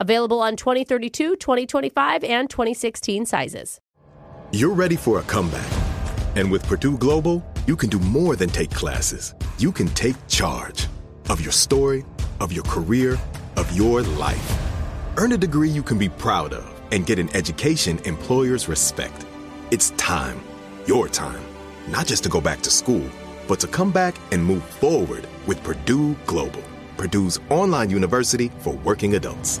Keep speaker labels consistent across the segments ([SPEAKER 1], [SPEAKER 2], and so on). [SPEAKER 1] Available on 2032, 2025, and 2016 sizes.
[SPEAKER 2] You're ready for a comeback. And with Purdue Global, you can do more than take classes. You can take charge of your story, of your career, of your life. Earn a degree you can be proud of and get an education employers respect. It's time, your time, not just to go back to school, but to come back and move forward with Purdue Global, Purdue's online university for working adults.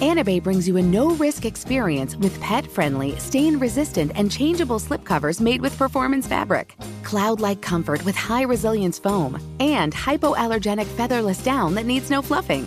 [SPEAKER 3] Anabe brings you a no risk experience with pet friendly, stain resistant, and changeable slipcovers made with performance fabric, cloud like comfort with high resilience foam, and hypoallergenic featherless down that needs no fluffing.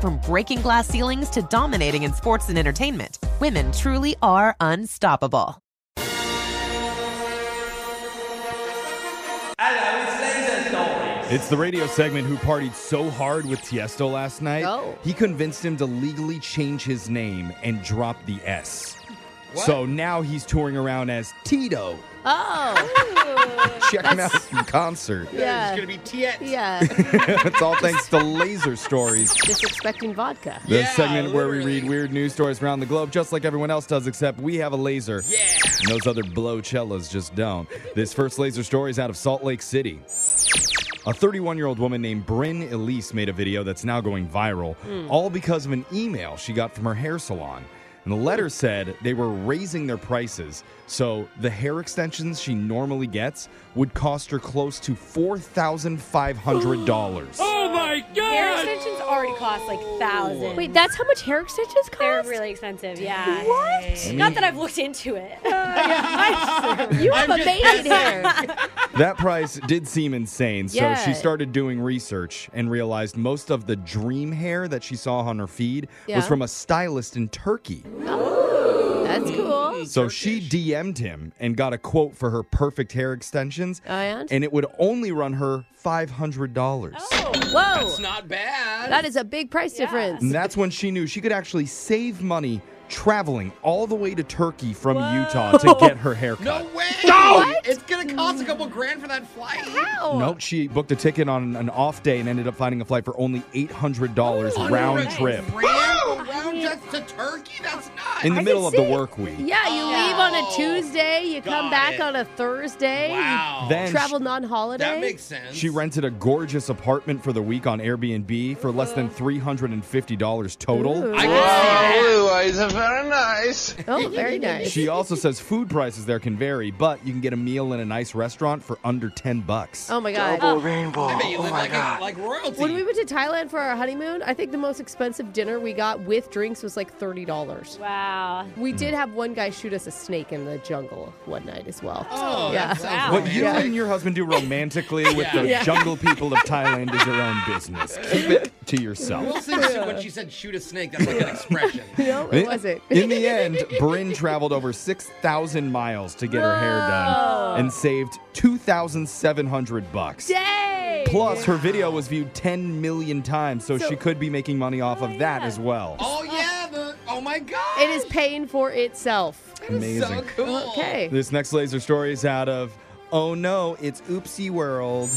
[SPEAKER 4] From breaking glass ceilings to dominating in sports and entertainment, women truly are unstoppable.
[SPEAKER 5] It's the radio segment who partied so hard with Tiesto last night,
[SPEAKER 1] Oh.
[SPEAKER 5] he convinced him to legally change his name and drop the S. So now he's touring around as Tito.
[SPEAKER 1] Oh.
[SPEAKER 5] Check him out in concert.
[SPEAKER 1] yeah.
[SPEAKER 6] be Tiet.
[SPEAKER 1] Yeah.
[SPEAKER 5] it's all thanks to Laser Stories,
[SPEAKER 1] Just expecting vodka.
[SPEAKER 5] the
[SPEAKER 6] Yeah,
[SPEAKER 5] segment where we
[SPEAKER 6] literally.
[SPEAKER 5] read weird news stories around the globe, just like everyone else does, except we have a laser. And those other blowcellas just don't. This first laser story is out of Salt Lake City. A 31 year old woman named Bryn Elise made a video that's now going viral,
[SPEAKER 6] Hmm.
[SPEAKER 5] all because of an email she got from her hair salon. And the letter said they were raising their prices, so the hair extensions she normally gets would cost her close to $4,500.
[SPEAKER 6] Oh my
[SPEAKER 7] Hair
[SPEAKER 6] god!
[SPEAKER 7] extensions already cost like thousands.
[SPEAKER 1] Wait, that's how much hair extensions cost?
[SPEAKER 7] They're really expensive, yeah.
[SPEAKER 1] What?
[SPEAKER 7] Not that I've looked into it.
[SPEAKER 1] You have
[SPEAKER 6] I'm just-
[SPEAKER 1] amazing hair.
[SPEAKER 5] that price did seem insane, so
[SPEAKER 1] Yeah.
[SPEAKER 5] she started doing research and realized most of the dream hair that she saw on her feed
[SPEAKER 1] Yeah.
[SPEAKER 5] was from a stylist in Turkey.
[SPEAKER 1] That's cool.
[SPEAKER 5] So she DM'd him and got a quote for her perfect hair extensions,
[SPEAKER 1] And?
[SPEAKER 5] and it would only run her five hundred dollars.
[SPEAKER 1] Whoa.
[SPEAKER 6] It's not bad.
[SPEAKER 1] That is a big price difference.
[SPEAKER 5] And that's when she knew she could actually save money traveling all the way to Turkey from Utah to get her hair
[SPEAKER 6] no
[SPEAKER 5] cut.
[SPEAKER 6] way! It's gonna cost a couple grand for that flight.
[SPEAKER 1] Wow.
[SPEAKER 5] Nope, she booked a ticket on an off day and ended up finding a flight for only eight hundred dollars round
[SPEAKER 6] Nice.
[SPEAKER 5] trip
[SPEAKER 6] Grand round trips to Turkey? That's nuts.
[SPEAKER 5] in the
[SPEAKER 1] I
[SPEAKER 5] middle
[SPEAKER 1] can
[SPEAKER 5] of the
[SPEAKER 1] see.
[SPEAKER 5] work week.
[SPEAKER 1] Yeah, you leave on a Tuesday, you come
[SPEAKER 6] Oh. got
[SPEAKER 1] back
[SPEAKER 6] it.
[SPEAKER 1] on a Thursday,
[SPEAKER 6] wow.
[SPEAKER 5] Then
[SPEAKER 1] you travel non holiday.
[SPEAKER 6] that makes sense.
[SPEAKER 5] She rented a gorgeous apartment for the week on Airbnb for less than three hundred and fifty dollars total.
[SPEAKER 1] Ooh.
[SPEAKER 6] I can see that.
[SPEAKER 1] Oh, very nice.
[SPEAKER 5] She also says food prices there can vary, but you can get a meal in a nice restaurant for under 10 bucks.
[SPEAKER 1] oh my God. Uh,
[SPEAKER 6] I bet you live like, a, like royalty.
[SPEAKER 1] When we went to Thailand for our honeymoon, I think the most expensive dinner we got with drinks was like $30.
[SPEAKER 7] Wow.
[SPEAKER 1] We did have one guy shoot us a snake in the jungle one night as well.
[SPEAKER 6] oh,
[SPEAKER 1] yeah.
[SPEAKER 6] that sounds
[SPEAKER 5] What you
[SPEAKER 6] romantic.
[SPEAKER 5] and your husband do romantically with the
[SPEAKER 1] Yeah.
[SPEAKER 5] jungle people of Thailand is your own business. Keep it to yourself.
[SPEAKER 6] Well, since when she said shoot a snake, that's like an expression.
[SPEAKER 1] no, it wasn't.
[SPEAKER 5] In the end, Bryn traveled over 6,000 miles to get her hair done and saved 2,700 bucks.
[SPEAKER 8] Yay!
[SPEAKER 5] Plus, her video was viewed 10 million times, so, she could be making money off of that as well.
[SPEAKER 9] Oh yeah, the, oh my god.
[SPEAKER 8] It is paying for itself.
[SPEAKER 5] Amazing.
[SPEAKER 9] so cool.
[SPEAKER 8] Okay.
[SPEAKER 5] This next laser story is out of Oh no, it's Oopsie World.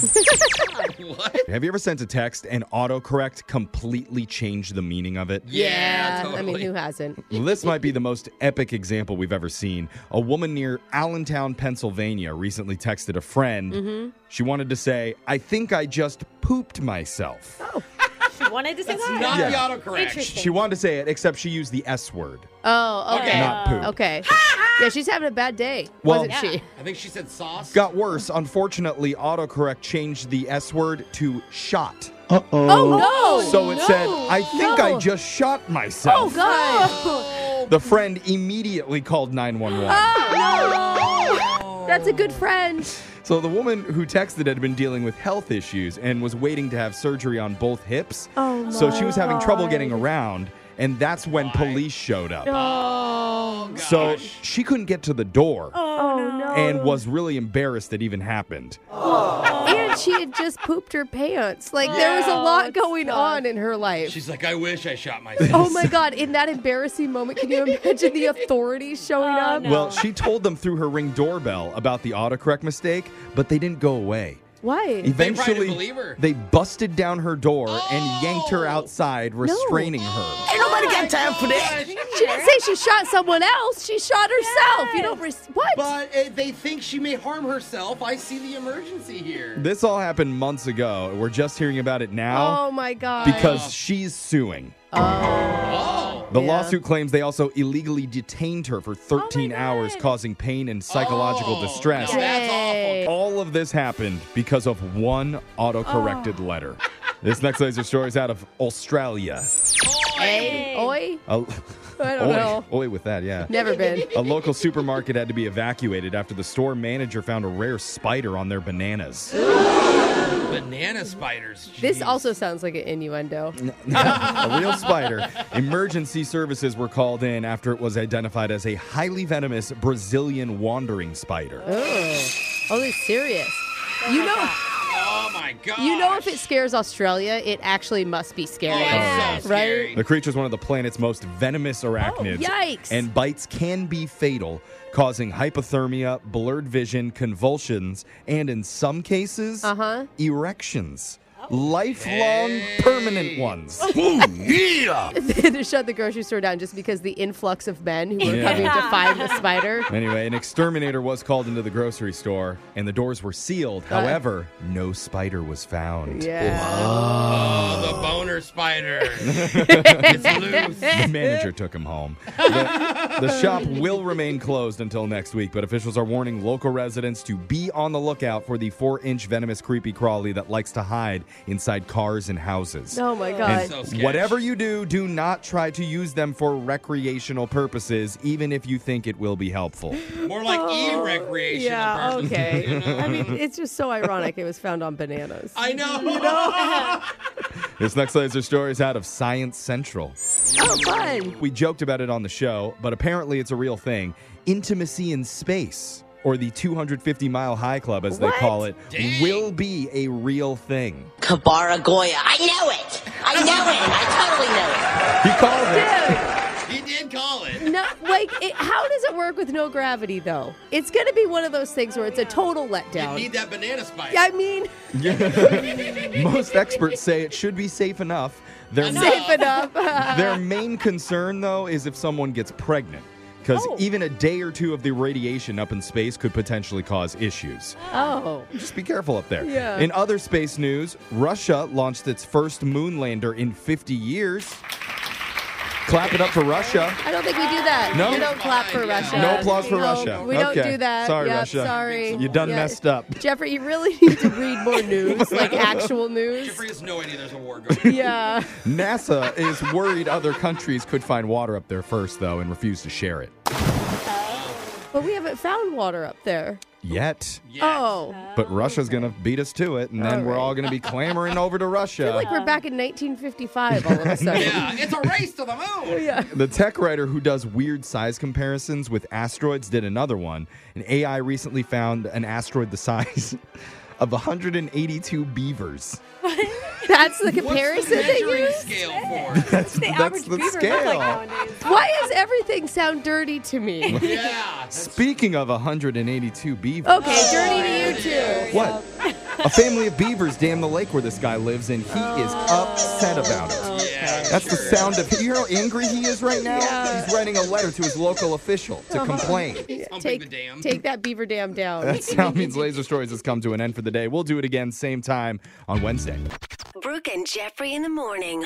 [SPEAKER 9] What?
[SPEAKER 5] Have you ever sent a text and autocorrect completely changed the meaning of it?
[SPEAKER 9] Yeah, totally.
[SPEAKER 8] I mean, who hasn't?
[SPEAKER 5] Well, This might be the most epic example we've ever seen. A woman near Allentown, Pennsylvania recently texted a friend.
[SPEAKER 8] Mm-hmm.
[SPEAKER 5] She wanted to say, I think I just pooped myself.
[SPEAKER 8] Oh.
[SPEAKER 7] She wanted to say that.
[SPEAKER 9] Not
[SPEAKER 5] Yeah.
[SPEAKER 9] the autocorrect.
[SPEAKER 7] Interesting.
[SPEAKER 5] She wanted to say it, except she used the S word,
[SPEAKER 8] Oh, okay.
[SPEAKER 9] Okay.
[SPEAKER 5] not poop.
[SPEAKER 8] Okay. yeah, she's having a bad day,
[SPEAKER 5] Well-
[SPEAKER 8] wasn't she?
[SPEAKER 9] I think she said sauce.
[SPEAKER 5] Got worse. Unfortunately, autocorrect changed the S word to shot.
[SPEAKER 8] Oh, no.
[SPEAKER 5] So it said, I think I
[SPEAKER 8] No.
[SPEAKER 5] just shot myself.
[SPEAKER 8] Oh, God. Ah.
[SPEAKER 5] The friend immediately called 911.
[SPEAKER 8] That's a good friend.
[SPEAKER 5] So the woman who texted had been dealing with health issues and was waiting to have surgery on both hips. Oh, so she was having trouble getting around, and that's when police showed up.
[SPEAKER 9] Oh, gosh.
[SPEAKER 5] So she couldn't get to the door
[SPEAKER 8] Oh, no.
[SPEAKER 5] and was really embarrassed that even happened.
[SPEAKER 8] And she had just pooped her pants. Like, there was a lot going on in her life.
[SPEAKER 9] she's like, I wish I shot myself.
[SPEAKER 8] Oh my God, in that embarrassing moment, can you imagine the authorities showing up?
[SPEAKER 5] Well, she told them through her ring doorbell about the autocorrect mistake, but they didn't go away.
[SPEAKER 8] Why?
[SPEAKER 5] Eventually,
[SPEAKER 9] probably didn't believe her. Oh.
[SPEAKER 5] they busted down her door and yanked her outside, restraining her.
[SPEAKER 8] She didn't say she shot someone else. She shot herself. You don't. Res- what?
[SPEAKER 9] But uh, they think she may harm herself. I see the emergency here.
[SPEAKER 5] This all happened months ago. We're just hearing about it now
[SPEAKER 8] oh my God.
[SPEAKER 5] because she's suing.
[SPEAKER 9] Oh,
[SPEAKER 5] The
[SPEAKER 8] Yeah. Oh
[SPEAKER 5] lawsuit claims they also illegally detained her for 13 hours, causing pain and psychological
[SPEAKER 9] Oh,
[SPEAKER 5] distress.
[SPEAKER 9] now That's
[SPEAKER 8] Yay.
[SPEAKER 9] awful.
[SPEAKER 5] All of this happened because of one autocorrected
[SPEAKER 8] Oh.
[SPEAKER 5] letter. This next laser story is out of Australia.
[SPEAKER 8] Hey. Oi.
[SPEAKER 5] A-
[SPEAKER 8] I don't
[SPEAKER 5] Oi-
[SPEAKER 8] know.
[SPEAKER 5] oi with that, yeah.
[SPEAKER 8] Never been.
[SPEAKER 5] A local supermarket had to be evacuated after the store manager found a rare spider on their bananas.
[SPEAKER 9] Banana spiders.
[SPEAKER 8] This
[SPEAKER 9] jeez.
[SPEAKER 8] also sounds like an innuendo.
[SPEAKER 5] a real spider. Emergency services were called in after it was identified as a highly venomous Brazilian wandering spider. Uh,
[SPEAKER 8] Oh, it's serious. You know,
[SPEAKER 9] Oh my god.
[SPEAKER 8] you know, if it scares Australia, it actually must be scary,
[SPEAKER 9] Yeah. so
[SPEAKER 8] right?
[SPEAKER 9] scary.
[SPEAKER 5] The creature is one of the planet's most venomous arachnids.
[SPEAKER 8] Oh, yikes.
[SPEAKER 5] And bites can be fatal, causing hypothermia, blurred vision, convulsions, and in some cases,
[SPEAKER 8] Uh-huh.
[SPEAKER 5] erections. Lifelong, permanent ones.
[SPEAKER 8] they had to shut the grocery store down just because the influx of men who were
[SPEAKER 5] Yeah.
[SPEAKER 8] coming to find the spider.
[SPEAKER 5] anyway, an exterminator was called into the grocery store, and the doors were sealed. However, no spider was found.
[SPEAKER 8] Yeah.
[SPEAKER 9] Oh, the boner spider. it's loose.
[SPEAKER 5] The manager took him home. The, the shop will remain closed until next week, but officials are warning local residents to be on the lookout for the four inch venomous creepy crawly that likes to hide inside cars and houses.
[SPEAKER 8] Oh my
[SPEAKER 5] And
[SPEAKER 8] god.
[SPEAKER 9] So sketch.
[SPEAKER 5] whatever you do, do not try to use them for recreational purposes, even if you think it will be helpful.
[SPEAKER 9] More like e-recreation.
[SPEAKER 8] Oh, Yeah,
[SPEAKER 9] purpose,
[SPEAKER 8] okay.
[SPEAKER 9] you know?
[SPEAKER 8] I mean, it's just so ironic it was found on bananas.
[SPEAKER 9] I know.
[SPEAKER 5] this next laser story is out of Science Central.
[SPEAKER 8] Oh, fun.
[SPEAKER 5] We joked about it on the show, but apparently it's a real thing. Intimacy in space, or the 250 mile high club as
[SPEAKER 8] What?
[SPEAKER 5] they call it,
[SPEAKER 9] Dang.
[SPEAKER 5] will be a real thing.
[SPEAKER 10] Kabara Goya. I know it. I know it. I totally know it.
[SPEAKER 5] He called it.
[SPEAKER 9] he did call it.
[SPEAKER 8] No, like, it, how does it work with no gravity, though? It's going to be one of those things where it's a total letdown.
[SPEAKER 9] Need that banana spider.
[SPEAKER 8] I mean,
[SPEAKER 5] Most experts say it should be safe enough. Their,
[SPEAKER 8] safe enough.
[SPEAKER 5] their main concern, though, is if someone gets pregnant. Because
[SPEAKER 8] Oh.
[SPEAKER 5] even a day or two of the radiation up in space could potentially cause issues.
[SPEAKER 8] oh.
[SPEAKER 5] Just be careful up there.
[SPEAKER 8] Yeah.
[SPEAKER 5] In other space news, Russia launched its first moon lander in 50 years. Clap it up for Russia.
[SPEAKER 8] I don't think we do that.
[SPEAKER 5] No?
[SPEAKER 8] We don't clap for Russia.
[SPEAKER 5] No applause for
[SPEAKER 8] No,
[SPEAKER 5] Russia.
[SPEAKER 8] We don't
[SPEAKER 5] Okay.
[SPEAKER 8] do that.
[SPEAKER 5] Sorry,
[SPEAKER 8] Yep,
[SPEAKER 5] Russia.
[SPEAKER 8] Sorry.
[SPEAKER 5] You done messed up.
[SPEAKER 8] Jeffrey, you really need to read more news, like actual news.
[SPEAKER 9] Jeffrey has no idea there's a war going on.
[SPEAKER 8] Yeah.
[SPEAKER 5] NASA is worried other countries could find water up there first, though, and refuse to share it.
[SPEAKER 8] But we haven't found water up there.
[SPEAKER 5] yet.
[SPEAKER 1] Oh.
[SPEAKER 5] But Russia's going to beat us to it, and then we're all going to be clamoring over to Russia.
[SPEAKER 1] like we're back in 1955 all of a sudden.
[SPEAKER 6] Yeah, it's a race to the moon.
[SPEAKER 5] The tech writer who does weird size comparisons with asteroids did another one. An AI recently found an asteroid the size of 182 beavers.
[SPEAKER 1] That's the
[SPEAKER 6] What's
[SPEAKER 1] comparison
[SPEAKER 6] the
[SPEAKER 1] they
[SPEAKER 6] measuring
[SPEAKER 1] use?
[SPEAKER 6] scale for?
[SPEAKER 5] That's
[SPEAKER 7] The average beaver looks like nowadays.
[SPEAKER 1] Why does everything sound dirty to me? Okay,
[SPEAKER 6] Yeah.
[SPEAKER 5] Speaking of 182 beavers,
[SPEAKER 1] dirty to you too.
[SPEAKER 5] what? A family of beavers dammed the lake where this guy lives, and he is upset about it.
[SPEAKER 6] Yeah.
[SPEAKER 5] That's the sound of. You know how angry he is right now? He's writing a letter to his local official
[SPEAKER 7] Uh-huh.
[SPEAKER 5] to complain.
[SPEAKER 6] Take, the
[SPEAKER 1] Take,
[SPEAKER 6] dam.
[SPEAKER 1] take that beaver dam down.
[SPEAKER 5] That sound means Laser Stories has come to an end for the day. We'll do it again, same time on Wednesday.
[SPEAKER 11] Brooke and Jeffrey in the morning.